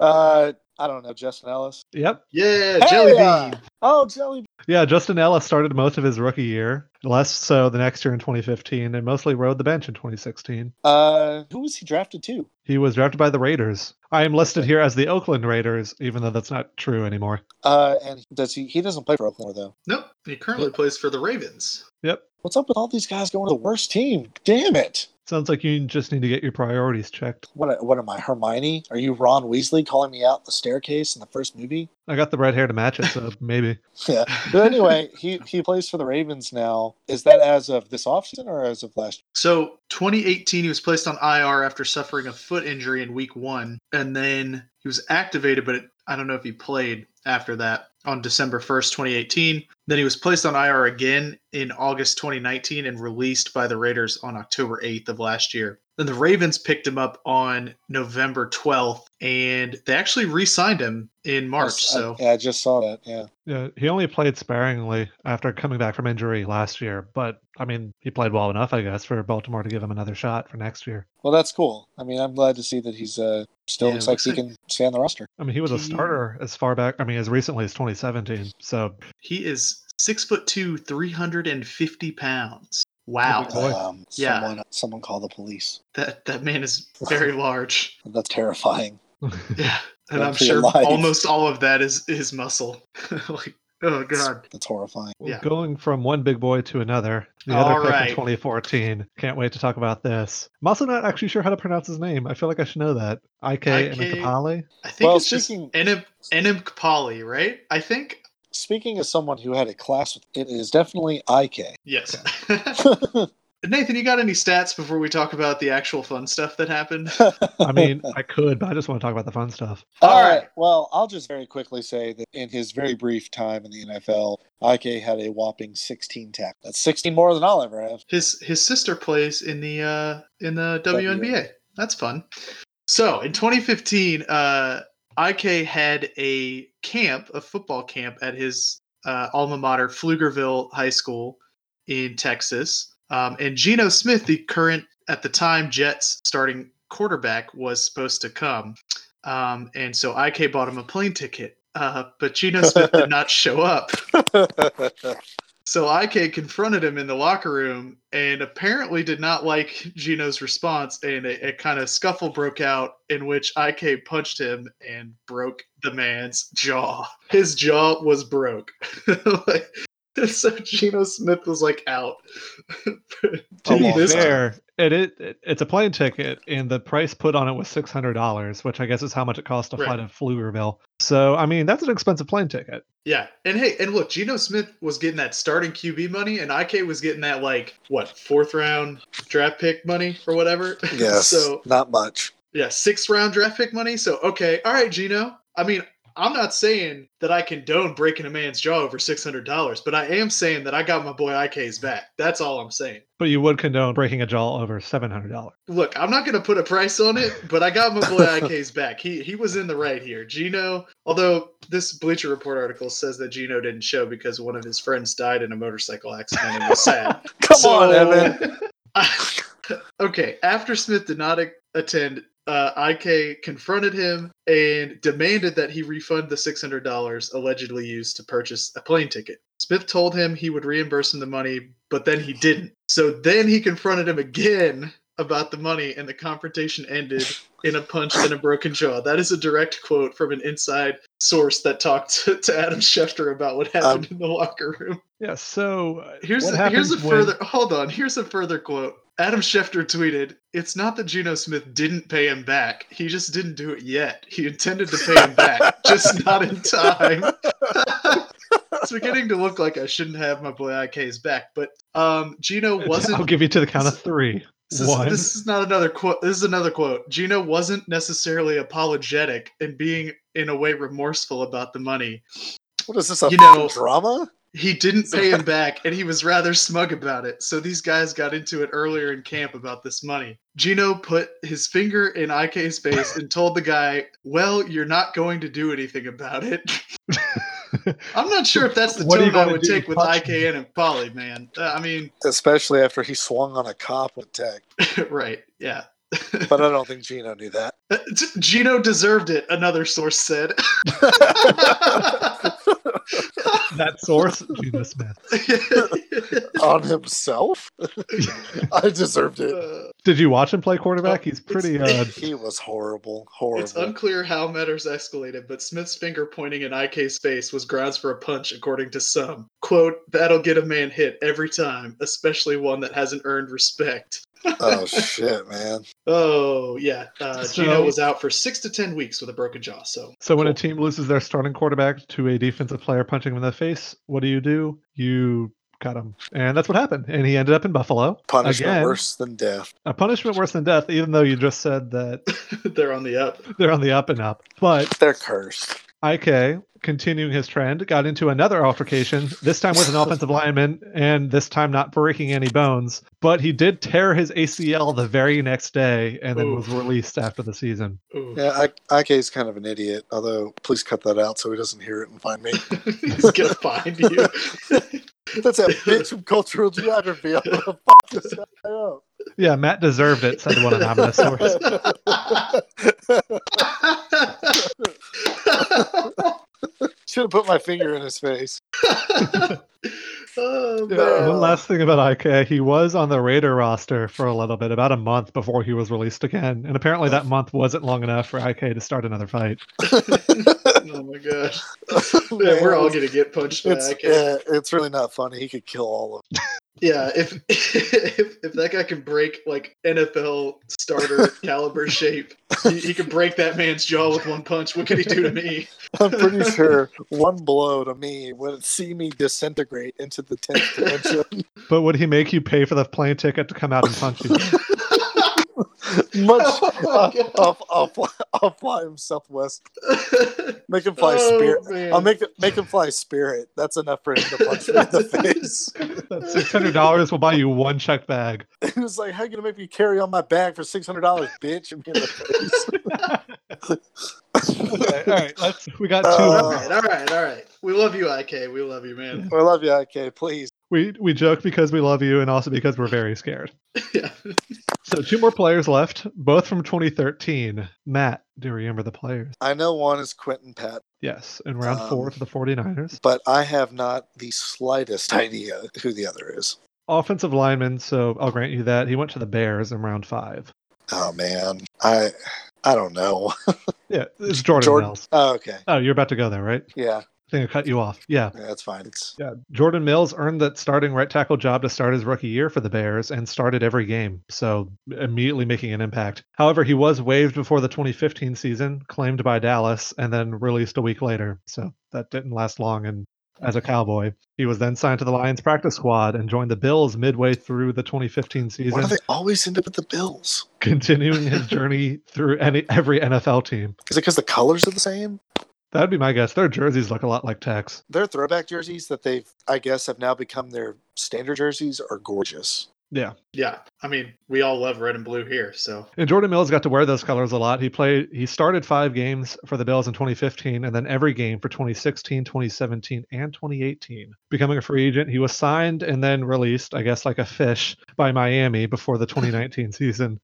S3: uh, I don't know. Justin Ellis.
S1: Yep.
S2: Yeah,
S3: Hell
S2: Jelly
S3: yeah!
S2: Bean.
S3: Oh, Jelly
S1: Yeah, Justin Ellis started most of his rookie year, less so the next year in 2015, and mostly rode the bench in 2016.
S3: Uh, who was he drafted to?
S1: He was drafted by the Raiders. I am listed here as the Oakland Raiders, even though that's not true anymore.
S3: Uh, and does he? He doesn't play for Oakland though.
S2: Nope. He currently plays for the Ravens.
S3: What's up with all these guys going to the worst team? Damn it!
S1: Sounds like you just need to get your priorities checked.
S3: What? What am I, Hermione? Are you Ron Weasley calling me out the staircase in the first movie?
S1: I got the red hair to match it, so maybe.
S3: Yeah. But anyway, he he plays for the Ravens now. Is that as of this offseason or as of last?
S2: So 2018, he was placed on IR after suffering a foot injury in week one, and then he was activated, but it, I don't know if he played after that on December 1st, 2018. Then he was placed on IR again in August 2019 and released by the Raiders on October 8th of last year. Then the Ravens picked him up on November 12th, and they actually re signed him in March.
S3: I-
S2: So,
S3: yeah, I just saw that. Yeah.
S1: Yeah, he only played sparingly after coming back from injury last year, but I mean, he played well enough, I guess, for Baltimore to give him another shot for next year.
S3: Well, that's cool. I mean, I'm glad to see that he's uh still
S2: Yeah,
S3: looks like
S2: looks
S3: he
S2: like-
S3: can stay on the roster.
S1: I mean, he was a
S2: He-
S1: starter as far back, I mean, as recently as 2017. So,
S2: he is six foot two, 350 pounds. Wow.
S1: Boy.
S3: Um,
S2: Yeah.
S3: Someone someone call the police.
S2: That that man is very large.
S3: That's terrifying.
S2: Yeah. And
S3: Run
S2: I'm
S3: for your
S2: sure
S3: life.
S2: almost all of that is is muscle. like, oh god.
S3: That's horrifying.
S2: Yeah.
S1: going from one big boy to another, the other
S2: All
S1: pick
S2: right.
S1: in 2014. Can't wait to talk about this. I'm also not actually sure how to pronounce his name. I feel like I should know that. IK
S2: IK.
S1: Emeapoli?
S2: I think
S3: Well,
S2: it's
S3: speaking-
S2: just Enib Enib Polly, right? I think
S3: Speaking as someone who had a class with it is definitely IK.
S2: yes. Nathan, you got any stats before we talk about the actual fun stuff that happened?
S1: I mean, I could, but I just want to talk about the fun stuff.
S3: All
S2: right.
S3: right. Uh, Well, I'll just very quickly say that in his very brief time in the NFL, IK had a whopping 16 tackles. That's 16 more than I'll ever have.
S2: His his sister plays in the uh, in the WNBA. That's fun. So in 2015, uh, IK had a camp, a football camp at his uh, alma mater, Pflugerville High School in Texas. Um, and Geno Smith, the current at the time Jets starting quarterback, was supposed to come. Um, and so IK bought him a plane ticket, uh, but Geno Smith did not show up. So IK confronted him in the locker room and apparently did not like Gino's response. And a, a kind of scuffle broke out in which IK punched him and broke the man's jaw. His jaw was broke. like, and so Gino Smith was like out.
S1: To
S3: Oh,
S1: be
S3: well, this-
S1: fair, it, it, it- it's a plane ticket, and the price put on it was six hundred dollars, which I guess is how much it cost to
S2: Right.
S1: fly to Pflugerville. So, I mean, that's an expensive plane ticket.
S2: yeah. And hey, and look, Gino Smith was getting that starting QB money and IK was getting that like what fourth round draft pick money or whatever.
S3: yes.
S2: so
S3: not much.
S2: Yeah, sixth round draft pick money. So okay, all right, Gino. I mean, I'm not saying that I condone breaking a man's jaw over six hundred dollars, but I am saying that I got my boy IK's back. That's all I'm saying.
S1: But you would condone breaking a jaw over seven hundred dollars.
S2: Look, I'm not gonna put a price on it, but I got my boy IK's back. He he was in the right here. Gino, although this Bleacher Report article says that Gino didn't show because one of his friends died in a motorcycle accident and was sad.
S3: Come
S2: So-
S3: on, Evan.
S2: okay, after Smith did not a- attend, uh, IK confronted him and demanded that he refund the $600 allegedly used to purchase a plane ticket. Smith told him he would reimburse him the money, but then he didn't. So then he confronted him again about the money, and the confrontation ended in a punch and a broken jaw. That is a direct quote from an inside source that talked to, to Adam Schefter about what
S3: Um,
S2: happened in the locker room.
S1: Yeah. So uh,
S2: Here's
S1: What
S2: a, here's a
S1: happens when-
S2: further hold on. Here's a further quote. Adam Schefter tweeted, "It's not that Geno Smith didn't pay him back. He just didn't do it yet. He intended to pay him back, just not in time." it's beginning to look like I shouldn't have my boy IK's back, but um, Gino wasn't.
S1: I'll give you to the count of three.
S2: This is,
S1: One.
S2: this is not another quote. This is another quote. Gino wasn't necessarily apologetic and being in a way remorseful about the money.
S3: What is this, a
S2: You know-
S3: fucking drama?
S2: He didn't pay him back, and he was rather smug about it. So these guys got into it earlier in camp about this money. Gino put his finger in IK's face and told the guy, "Well, you're not going to do anything about it." I'm not sure if that's the
S1: What are you
S2: tone I
S1: gonna
S2: would
S1: do?
S2: take with
S1: Punch
S2: IK and Polly, man. Uh, I mean,
S3: especially after he swung on a cop with tech.
S2: right? Yeah.
S3: But I don't think Gino knew that.
S2: Uh, t- Gino deserved it. Another source said.
S1: That source, Gina Smith.
S2: Uh,
S3: on himself? I deserved it.
S2: Uh,
S1: Did you watch him play quarterback? He's pretty. Uh,
S2: it's-
S3: He was horrible. Horrible.
S2: It's unclear how matters escalated, but Smith's finger pointing in IK's face was grounds for a punch, according to some. Quote, that'll get a man hit every time, especially one that hasn't earned respect.
S3: oh shit, man.
S2: Oh, yeah. Uh,
S1: So-
S2: Gino was out for six to ten weeks with a broken jaw, so.
S1: so when a
S2: Cool.
S1: team loses their starting quarterback to a defensive player punching him in the face, what do you do? You cut him, and that's what happened. And he ended up in Buffalo.
S3: Punishment
S1: Again,
S3: worse than death.
S1: A punishment worse than death, even though you just said that
S2: They're on the up.
S1: they're on the up and up. But
S3: They're cursed.
S1: IK, continuing his trend, got into another altercation, this time with an offensive lineman, and this time not breaking any bones. But he did tear his ACL the very next day and then was
S2: Oof.
S1: released after the season.
S2: Ooh.
S3: Yeah, I, IK's kind of an idiot, although please cut that out so he doesn't hear it and find me.
S2: He's gonna find you.
S3: That's a bitch from cultural geography. I'm gonna fuck this guy up.
S1: Yeah, Matt deserved it, said one anonymous source.
S3: Should have put my finger in his face.
S2: oh,
S1: Yeah,
S2: man.
S1: One last thing about IK, he was on the Raider roster for a little bit, about a month before he was released again. And apparently that month wasn't long enough for IK to start another fight.
S2: Oh my gosh. Yeah, we're all gonna get punched
S3: It's
S2: back.
S3: yeah, it's really not funny. He could kill all of. Them.
S2: Yeah, if, if if that guy can break like NFL starter caliber shape, he, he can break that man's jaw with one punch. What can he do to me?
S3: I'm pretty sure one blow to me would see me disintegrate into the tenth dimension.
S1: But would he make you pay for the plane ticket to come out and punch you?
S3: Much.
S2: Oh my
S3: I'll, I'll, I'll, fly, I'll fly him southwest. Make him fly
S2: Oh,
S3: spirit.
S2: man.
S3: I'll make it- make him fly spirit. That's enough for him to punch me in the face.
S1: That six hundred dollars will buy you one check bag.
S3: He was like, "How you gonna make me carry on my bag for six hundred dollars, bitch?" And be in the face.
S1: Okay, all right, let's. We got two.
S2: all
S3: Uh,
S2: right, all right, all right. We love you, IK. We love you, man.
S3: I love you, IK. Please.
S1: we we joke because we love you, and also because we're very scared.
S2: Yeah.
S1: So two more players left, both from 2013. Matt, do you remember the players?
S3: I know one is Quentin Pat,
S1: Yes, in round
S3: Um,
S1: four for the 49ers.
S3: but I have not the slightest idea who the other is.
S1: Offensive lineman, so I'll grant you that. He went to the Bears in round five.
S3: Oh man, I I don't know.
S1: Yeah, it's Jordan,
S3: Jordan-
S1: Mills.
S3: Oh, okay,
S1: Oh, you're about to go there, right?
S3: yeah,
S1: I think I cut you off. Yeah.
S3: yeah, that's fine. It's
S1: Yeah, Jordan Mills earned that starting right tackle job to start his rookie year for the Bears and started every game, so immediately making an impact. However, he was waived before the 2015 season, claimed by Dallas, and then released a week later. So that didn't last long. And as a Cowboy, he was then signed to the Lions practice squad and joined the Bills midway through the 2015
S3: why do
S1: season,
S3: they always end up with the Bills?
S1: continuing his journey through any every NFL team.
S3: Is it because the colors are the same?
S1: That'd be my guess. Their jerseys look a lot like Tex.
S3: Their throwback jerseys that they've, I guess, have now become their standard jerseys are gorgeous.
S1: Yeah.
S2: Yeah. I mean, we all love red and blue here, so
S1: And Jordan Mills got to wear those colors a lot. He played he started 5 games for the Bills in 2015 and then every game for 2016, 2017 and 2018. Becoming a free agent, he was signed and then released, I guess like a fish, by Miami before the 2019 season.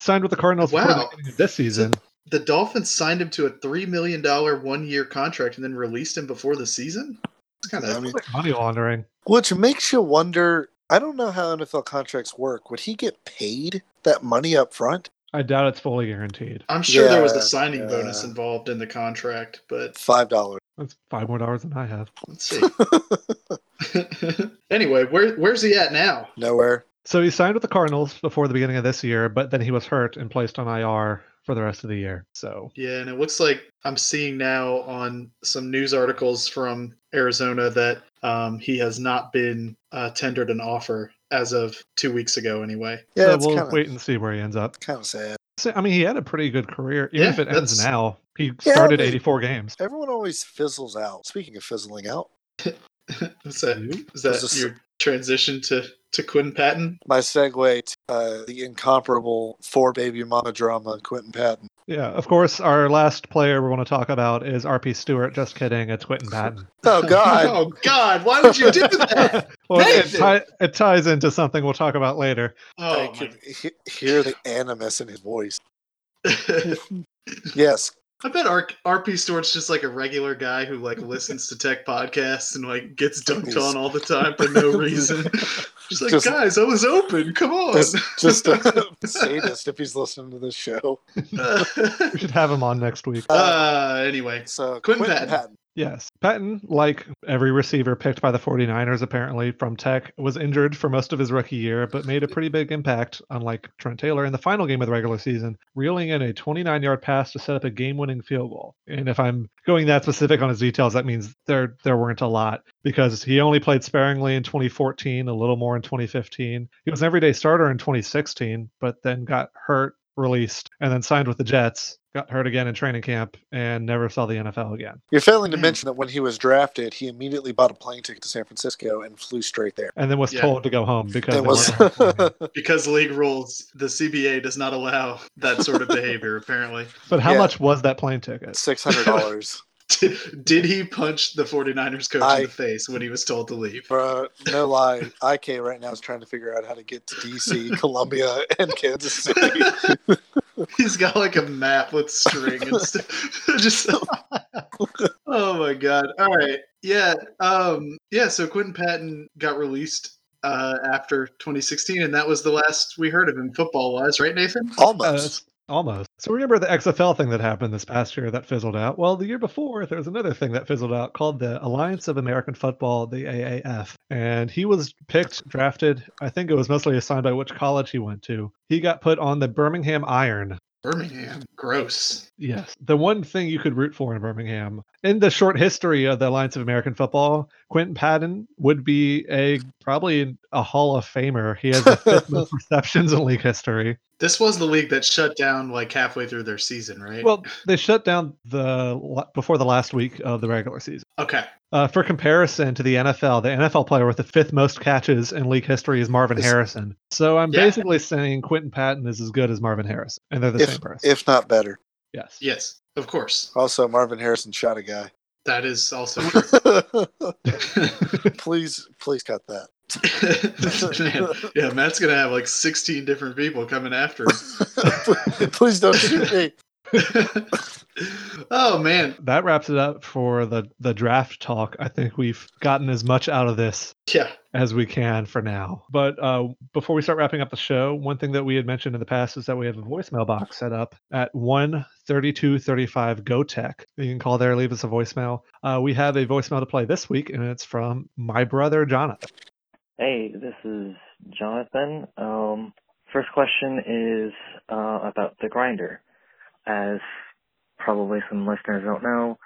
S1: Signed with the Cardinals before
S2: Wow.
S1: the beginning of this season.
S2: the Dolphins signed him to a three million dollar one year contract and then released him before the season. It's kind of
S3: I mean,
S1: Money laundering.
S3: Which makes you wonder. I don't know how NFL contracts work. Would he get paid that money up front?
S1: I doubt it's fully guaranteed.
S2: I'm sure there was
S3: Yeah,
S2: a signing bonus
S3: yeah.
S2: involved in the contract, but
S3: Five dollars.
S1: That's 5 more dollars than I have.
S2: let's see. anyway, where where's he at now?
S3: Nowhere.
S1: So he signed with the Cardinals before the beginning of this year, but then he was hurt and placed on IR for the rest of the year. So
S2: Yeah, and it looks like I'm seeing now on some news articles from Arizona that um, he has not been uh, tendered an offer as of two weeks ago. Anyway,
S3: Yeah,
S1: so
S3: that's
S1: Uh, we'll
S3: kind
S1: wait
S3: of
S1: and see where he ends up.
S3: kind of sad.
S1: So, I mean, he had a pretty good career. Even
S2: Yeah,
S1: if it ends
S2: that's-
S1: now, he
S3: Yeah,
S1: started
S3: but-
S1: 84 games.
S3: Everyone always fizzles out. Speaking of fizzling out,
S2: Is that,
S1: You?
S2: is
S3: It was
S2: that
S3: a s-
S2: your transition to, to Quinn Patton?
S3: My segue to uh, the incomparable four baby mama drama, Quentin Patton.
S1: Yeah, of course, our last player we want to talk about is RP Stewart. Just kidding, it's Quentin Patton.
S3: Oh God!
S2: oh God! Why would you do that?
S1: Well,
S2: Hey,
S1: it, ti- it ties into something we'll talk about later.
S2: Oh
S3: I could he- hear the animus in his voice.
S2: my.
S3: Yes,
S2: I bet R- RP Stewart's just like a regular guy who like listens to tech podcasts and like gets dunked on all the time for no reason. Just like,
S3: Just-
S2: guys, I was open. Come on.
S3: just, just a sadist if he's listening to this show.
S1: We should have him on next week.
S2: uh, anyway,
S3: So
S2: Quentin
S3: Quentin,
S2: Patton.
S3: Patton.
S1: Yes. Patton, like every receiver picked by the 49ers apparently from Tech, was injured for most of his rookie year, but made a pretty big impact, unlike Trent Taylor, in the final game of the regular season, reeling in a 29 yard pass to set up a game winning field goal. And if I'm going that specific on his details, that means there, there weren't a lot because he only played sparingly in 2014, a little more in 2015. He was an everyday starter in 2016, but then got hurt, released, and then signed with the Jets. Got hurt again in training camp and never saw the NFL again.
S3: You're failing to
S2: Mm.
S3: mention that when he was drafted, he immediately bought a plane ticket to San Francisco and flew straight there.
S1: and then was
S2: Yeah.
S1: told to go home because
S3: That
S1: they
S3: was
S1: weren't playing.
S2: because league rules, the CBA does not allow that sort of behavior. Apparently,
S1: but how
S3: Yeah.
S1: much was that plane ticket
S3: six hundred dollars.
S2: Did, did he punch the 49ers coach in
S3: I-
S2: the face when he was told to leave?
S3: Bro, no lie, IK right now is trying to figure out how to get to DC, Columbia, and Kansas City.
S2: He's got like a map with string and stuff. Just oh my god! All right, yeah, um, yeah. So Quentin Patton got released uh, after 2016, and that was the last we heard of him football wise, right, Nathan?
S1: Uh,
S3: Almost.
S1: s- almost so remember the xfl thing that happened this past year that fizzled out well the year before there was another thing that fizzled out called the alliance of american football the aaf and he was picked drafted i think it was mostly assigned by which college he went to he got put on the birmingham iron
S2: Birmingham, gross.
S1: Yes. The one thing you could root for in Birmingham. In the short history of the Alliance of American Football, Quentin Patton would be a probably a Hall of Famer. He has the fifth most receptions in league history.
S2: This was the league that shut down like halfway through their season, right?
S1: Well, they shut down the la- before the last week of the regular season.
S2: okay.
S1: Uh, for comparison to the NFL, the NFL player with the fifth most catches in league history is Marvin
S3: Is-
S1: Harrison. So I'm
S2: Yeah.
S1: basically saying Quentin Patton is as good as Marvin Harrison, and they're the
S3: if,
S1: same person.
S3: if not better.
S1: yes.
S2: Yes, of course.
S3: Also, Marvin Harrison shot a guy.
S2: That is also true.
S3: please, please cut that.
S2: Man, yeah, Matt's gonna have like 16 different people coming after him.
S3: please don't shoot me.
S2: oh man,
S1: that wraps it up for the the draft talk. I think we've gotten as much out of this
S2: yeah,
S1: as we can for now. But uh, before we start wrapping up the show, one thing that we had mentioned in the past is that we have a voicemail box set up at one thirty two thirty five go tech. You can call there, leave us a voicemail. Uh, we have a voicemail to play this week, and it's from my brother Jonathan.
S4: Hey, this is Jonathan. Um, first question is uh, about the grinder. As probably some listeners don't know,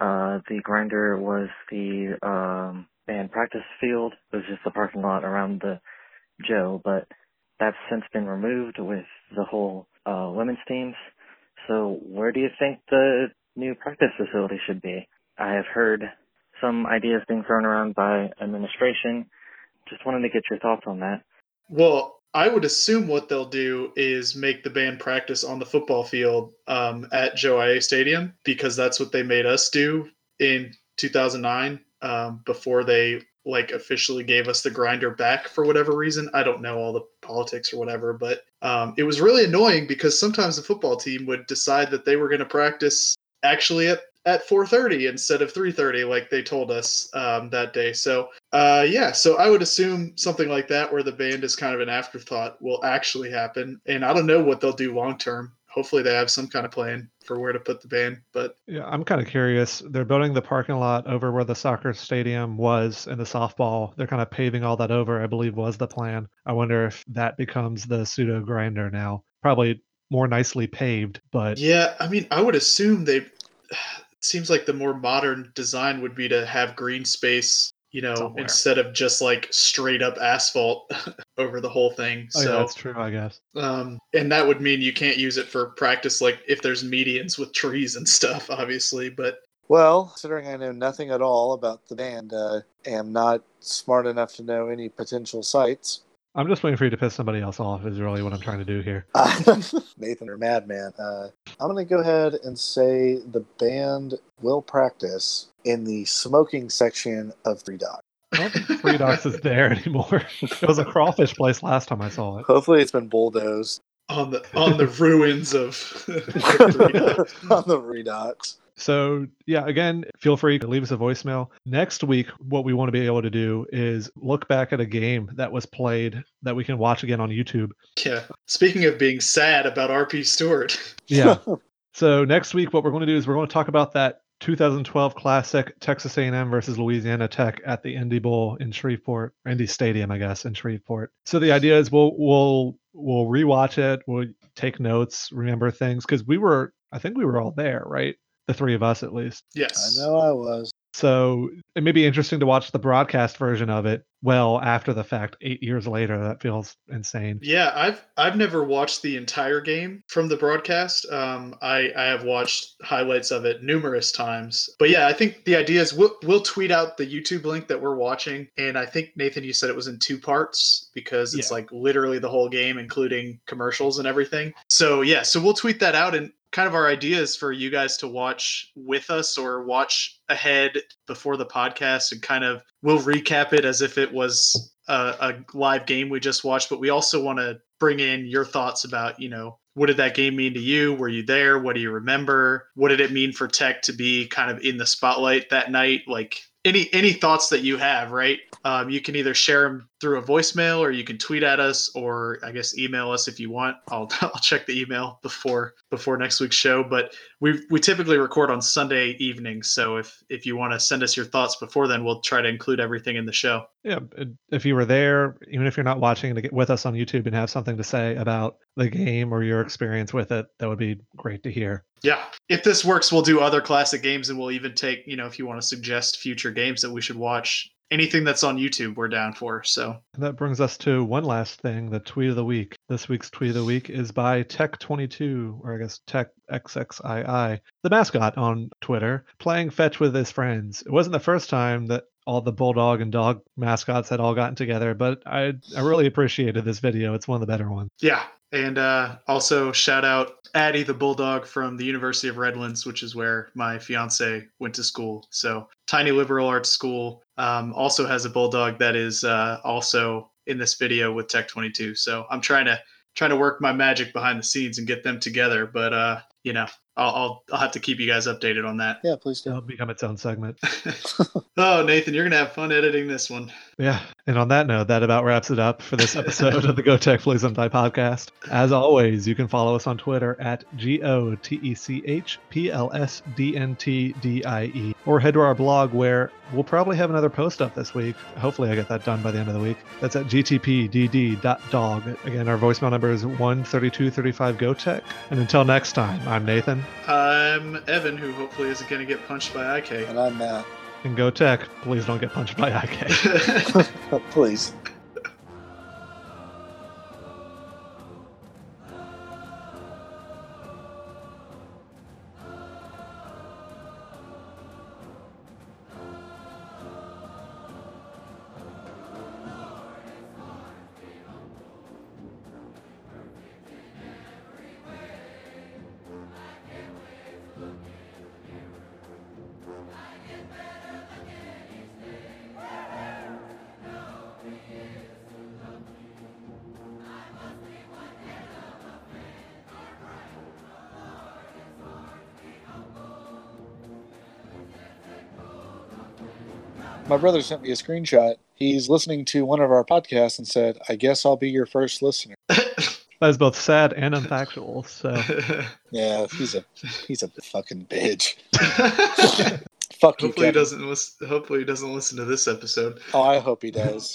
S4: uh, the grinder was the um, band practice field. It was just the parking lot around the Joe, but that's since been removed with the whole uh, women's teams. So where do you think the new practice facility should be? I have heard some ideas being thrown around by administration just wanted to get your thoughts on that.
S2: Well, I would assume what they'll do is make the band practice on the football field um, at Joe IA Stadium because that's what they made us do in 2009 um, before they like officially gave us the grinder back for whatever reason. I don't know all the politics or whatever, but um, it was really annoying because sometimes the football team would decide that they were going to practice actually at at 4:30 instead of 3:30 like they told us um, that day. So uh, yeah, so I would assume something like that, where the band is kind of an afterthought, will actually happen. And I don't know what they'll do long term. Hopefully, they have some kind of plan for where to put the band. But
S1: Yeah, I'm kind of curious. They're building the parking lot over where the soccer stadium was and the softball. They're kind of paving all that over, I believe was the plan. I wonder if that becomes the pseudo grinder now. Probably more nicely paved, but
S2: yeah, I mean, I would assume they. It seems like the more modern design would be to have green space, you know,
S1: Somewhere.
S2: instead of just like straight up asphalt over the whole thing.
S1: oh,
S2: so
S1: yeah, that's true, I guess.
S2: Um, and that would mean you can't use it for practice, like if there's medians with trees and stuff, obviously. But
S3: Well, considering I know nothing at all about the band, uh, am not smart enough to know any potential sites.
S1: I'm just waiting for you to piss somebody else off, is really what I'm trying to do here.
S3: Uh, Nathan or Madman. Uh, I'm going to go ahead and say the band will practice in the smoking section of Three Dock.
S1: I don't think Three Docks is there anymore. It was a crawfish place last time I saw it.
S3: Hopefully, it's been bulldozed
S2: on the on the ruins of Three Dock.
S3: on the redocks.
S1: So, yeah, again, feel free to leave us a voicemail. Next week, what we want to be able to do is look back at a game that was played that we can watch again on YouTube.
S2: Yeah. Speaking of being sad about RP Stewart,
S1: Yeah. so, next week, what we're going to do is we're going to talk about that 2012 classic Texas A&M versus Louisiana Tech at the Indy Bowl in Shreveport, Indy Stadium, I guess, in Shreveport. So the idea is we'll we'll we'll rewatch it, we'll take notes, remember things because we were I think we were all there, right? The three of us at least.
S3: I
S2: yes.
S3: know I was.
S1: So it may be interesting to watch the broadcast version of it well after the fact, eight years later. That feels insane.
S2: Yeah, I've I've never watched the entire game from the broadcast. Um, I I have watched highlights of it numerous times. But yeah, I think the idea is we'll we'll tweet out the YouTube link that we're watching, and I think Nathan, you said it was in two parts because it's
S1: Yeah.
S2: like literally the whole game, including commercials and everything. So yeah, so we'll tweet that out and. Kind of our idea is for you guys to watch with us or watch ahead before the podcast and kind of we'll recap it as if it was a, a live game we just watched but we also want to bring in your thoughts about you know what did that game mean to you were you there what do you remember what did it mean for tech to be kind of in the spotlight that night like any any thoughts that you have right um, you can either share them through a voicemail or you can tweet at us or i guess email us if you want i'll, I'll check the email before before next week's show but we we typically record on Sunday evenings, so if if you want to send us your thoughts before then, we'll try to include everything in the show.
S1: Yeah, and if you were there, even if you're not watching, to get with us on YouTube and have something to say about the game or your experience with it, that would be great to hear.
S2: Yeah, if this works, we'll do other classic games, and we'll even take you know if you want to suggest future games that we should watch. Anything that's on YouTube, we're down for. So
S1: And that brings us to one last thing the tweet of the week. This week's tweet of the week is by Tech22, or I guess Tech XXII, the mascot on Twitter, playing fetch with his friends. It wasn't the first time that all the bulldog and dog mascots had all gotten together, but I, I really appreciated this video. It's one of the better ones.
S2: yeah, and uh, also shout out Addie the Bulldog from the University of Redlands, which is where my fiance went to school. So tiny liberal arts school um, also has a bulldog that is uh, also in this video with Tech 22. So I'm trying to trying to work my magic behind the scenes and get them together, but uh, you know, I'll, I'll I'll have to keep you guys updated on that.
S3: Yeah, please do.
S1: It'll become its own segment.
S2: oh, Nathan, you're gonna have fun editing this one.
S1: Yeah. And on that note, that about wraps it up for this episode of the Go Tech Play Some Die podcast. As always, you can follow us on Twitter at G O T E C H P L S D N T D I E, or head to our blog where we'll probably have another post up this week. Hopefully, I get that done by the end of the week. That's at gtpdd.dog. Again, our voicemail number is 13235 Go Tech. And until next time, I'm Nathan,
S2: I'm Evan, who hopefully isn't gonna get punched by IK.
S3: And I'm Matt.
S1: and Go Tech, please don't get punched by IK.
S3: Oh, please. My brother sent me a screenshot. He's listening to one of our podcasts and said, I guess I'll be your first listener.
S1: That is both sad and unfactual. So.
S3: Yeah, he's a he's a fucking bitch. Fuck you,
S2: hopefully he
S3: Kevin.
S2: doesn't listen hopefully he doesn't listen to this episode
S3: Oh, I hope he does.